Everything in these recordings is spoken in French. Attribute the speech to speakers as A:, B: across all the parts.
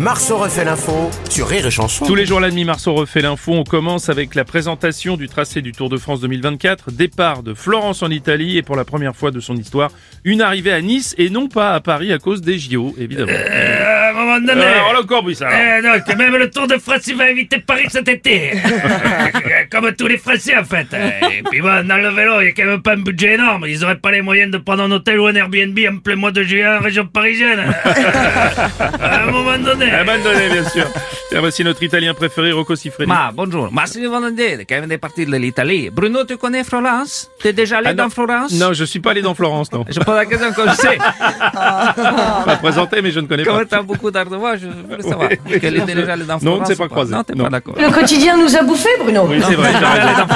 A: Marceau refait l'info sur Rire et Chanson.
B: Tous les jours à la demi, Marceau refait l'info. On commence avec la présentation du tracé du Tour de France 2024. Départ de Florence en Italie et pour la première fois de son histoire, une arrivée à Nice et non pas à Paris à cause des JO, évidemment.
C: À un moment donné.
B: Euh, alors là encore, oui, ça. alors.
C: Eh, donc, même le Tour de France, il va éviter Paris cet été. Euh, Comme tous les Français, en fait. Et puis bon, dans le vélo, il n'y a quand même pas un budget énorme. Ils n'auraient pas les moyens de prendre un hôtel ou un Airbnb en plein mois de juillet en région parisienne. à un moment donné.
D: Eh ben,
B: Abandonné, bien sûr. Tiens, voici notre Italien préféré, Rocco Siffredi.
D: Ma, bonjour. Massimo Valente, quand même des parties de l'Italie. Bruno, tu connais Florence T'es déjà allé
B: Ah, non.
D: dans Florence
B: Non, je suis pas allé dans Florence, non.
D: Je pose la question comme je sais.
B: Pas présenté, mais je ne connais pas.
D: Comme t'as beaucoup d'ardois, je voulais savoir.
B: Oui, oui,
D: Quelle
B: je
D: est
B: sais.
D: déjà allé dans
B: Non, on
D: Florence
B: ne s'est
D: ou
B: pas croisé.
D: Non, t'es
B: Non.
D: pas d'accord.
E: Le quotidien nous a bouffé, Bruno.
B: Oui, c'est vrai. t'as raison.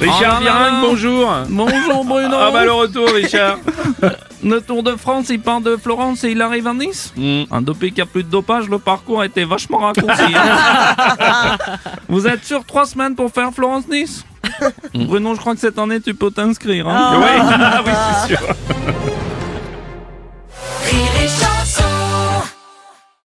B: Richard
D: Oh, non, non,
B: Virenque,
D: non.
B: bonjour.
D: Bonjour Bruno.
B: Ah bah le retour, Richard.
D: Le Tour de France, il part de Florence et il arrive à Nice.
B: Mm.
D: Ah, depuis qu'il n'y a plus de dopage, le parcours a été vachement raccourci. hein. Vous êtes sûr trois semaines pour faire Florence-Nice
B: Mm.
D: Bruno, je crois que cette année, tu peux t'inscrire. hein.
B: Oui, oui, c'est sûr.
F: Rire et chanson.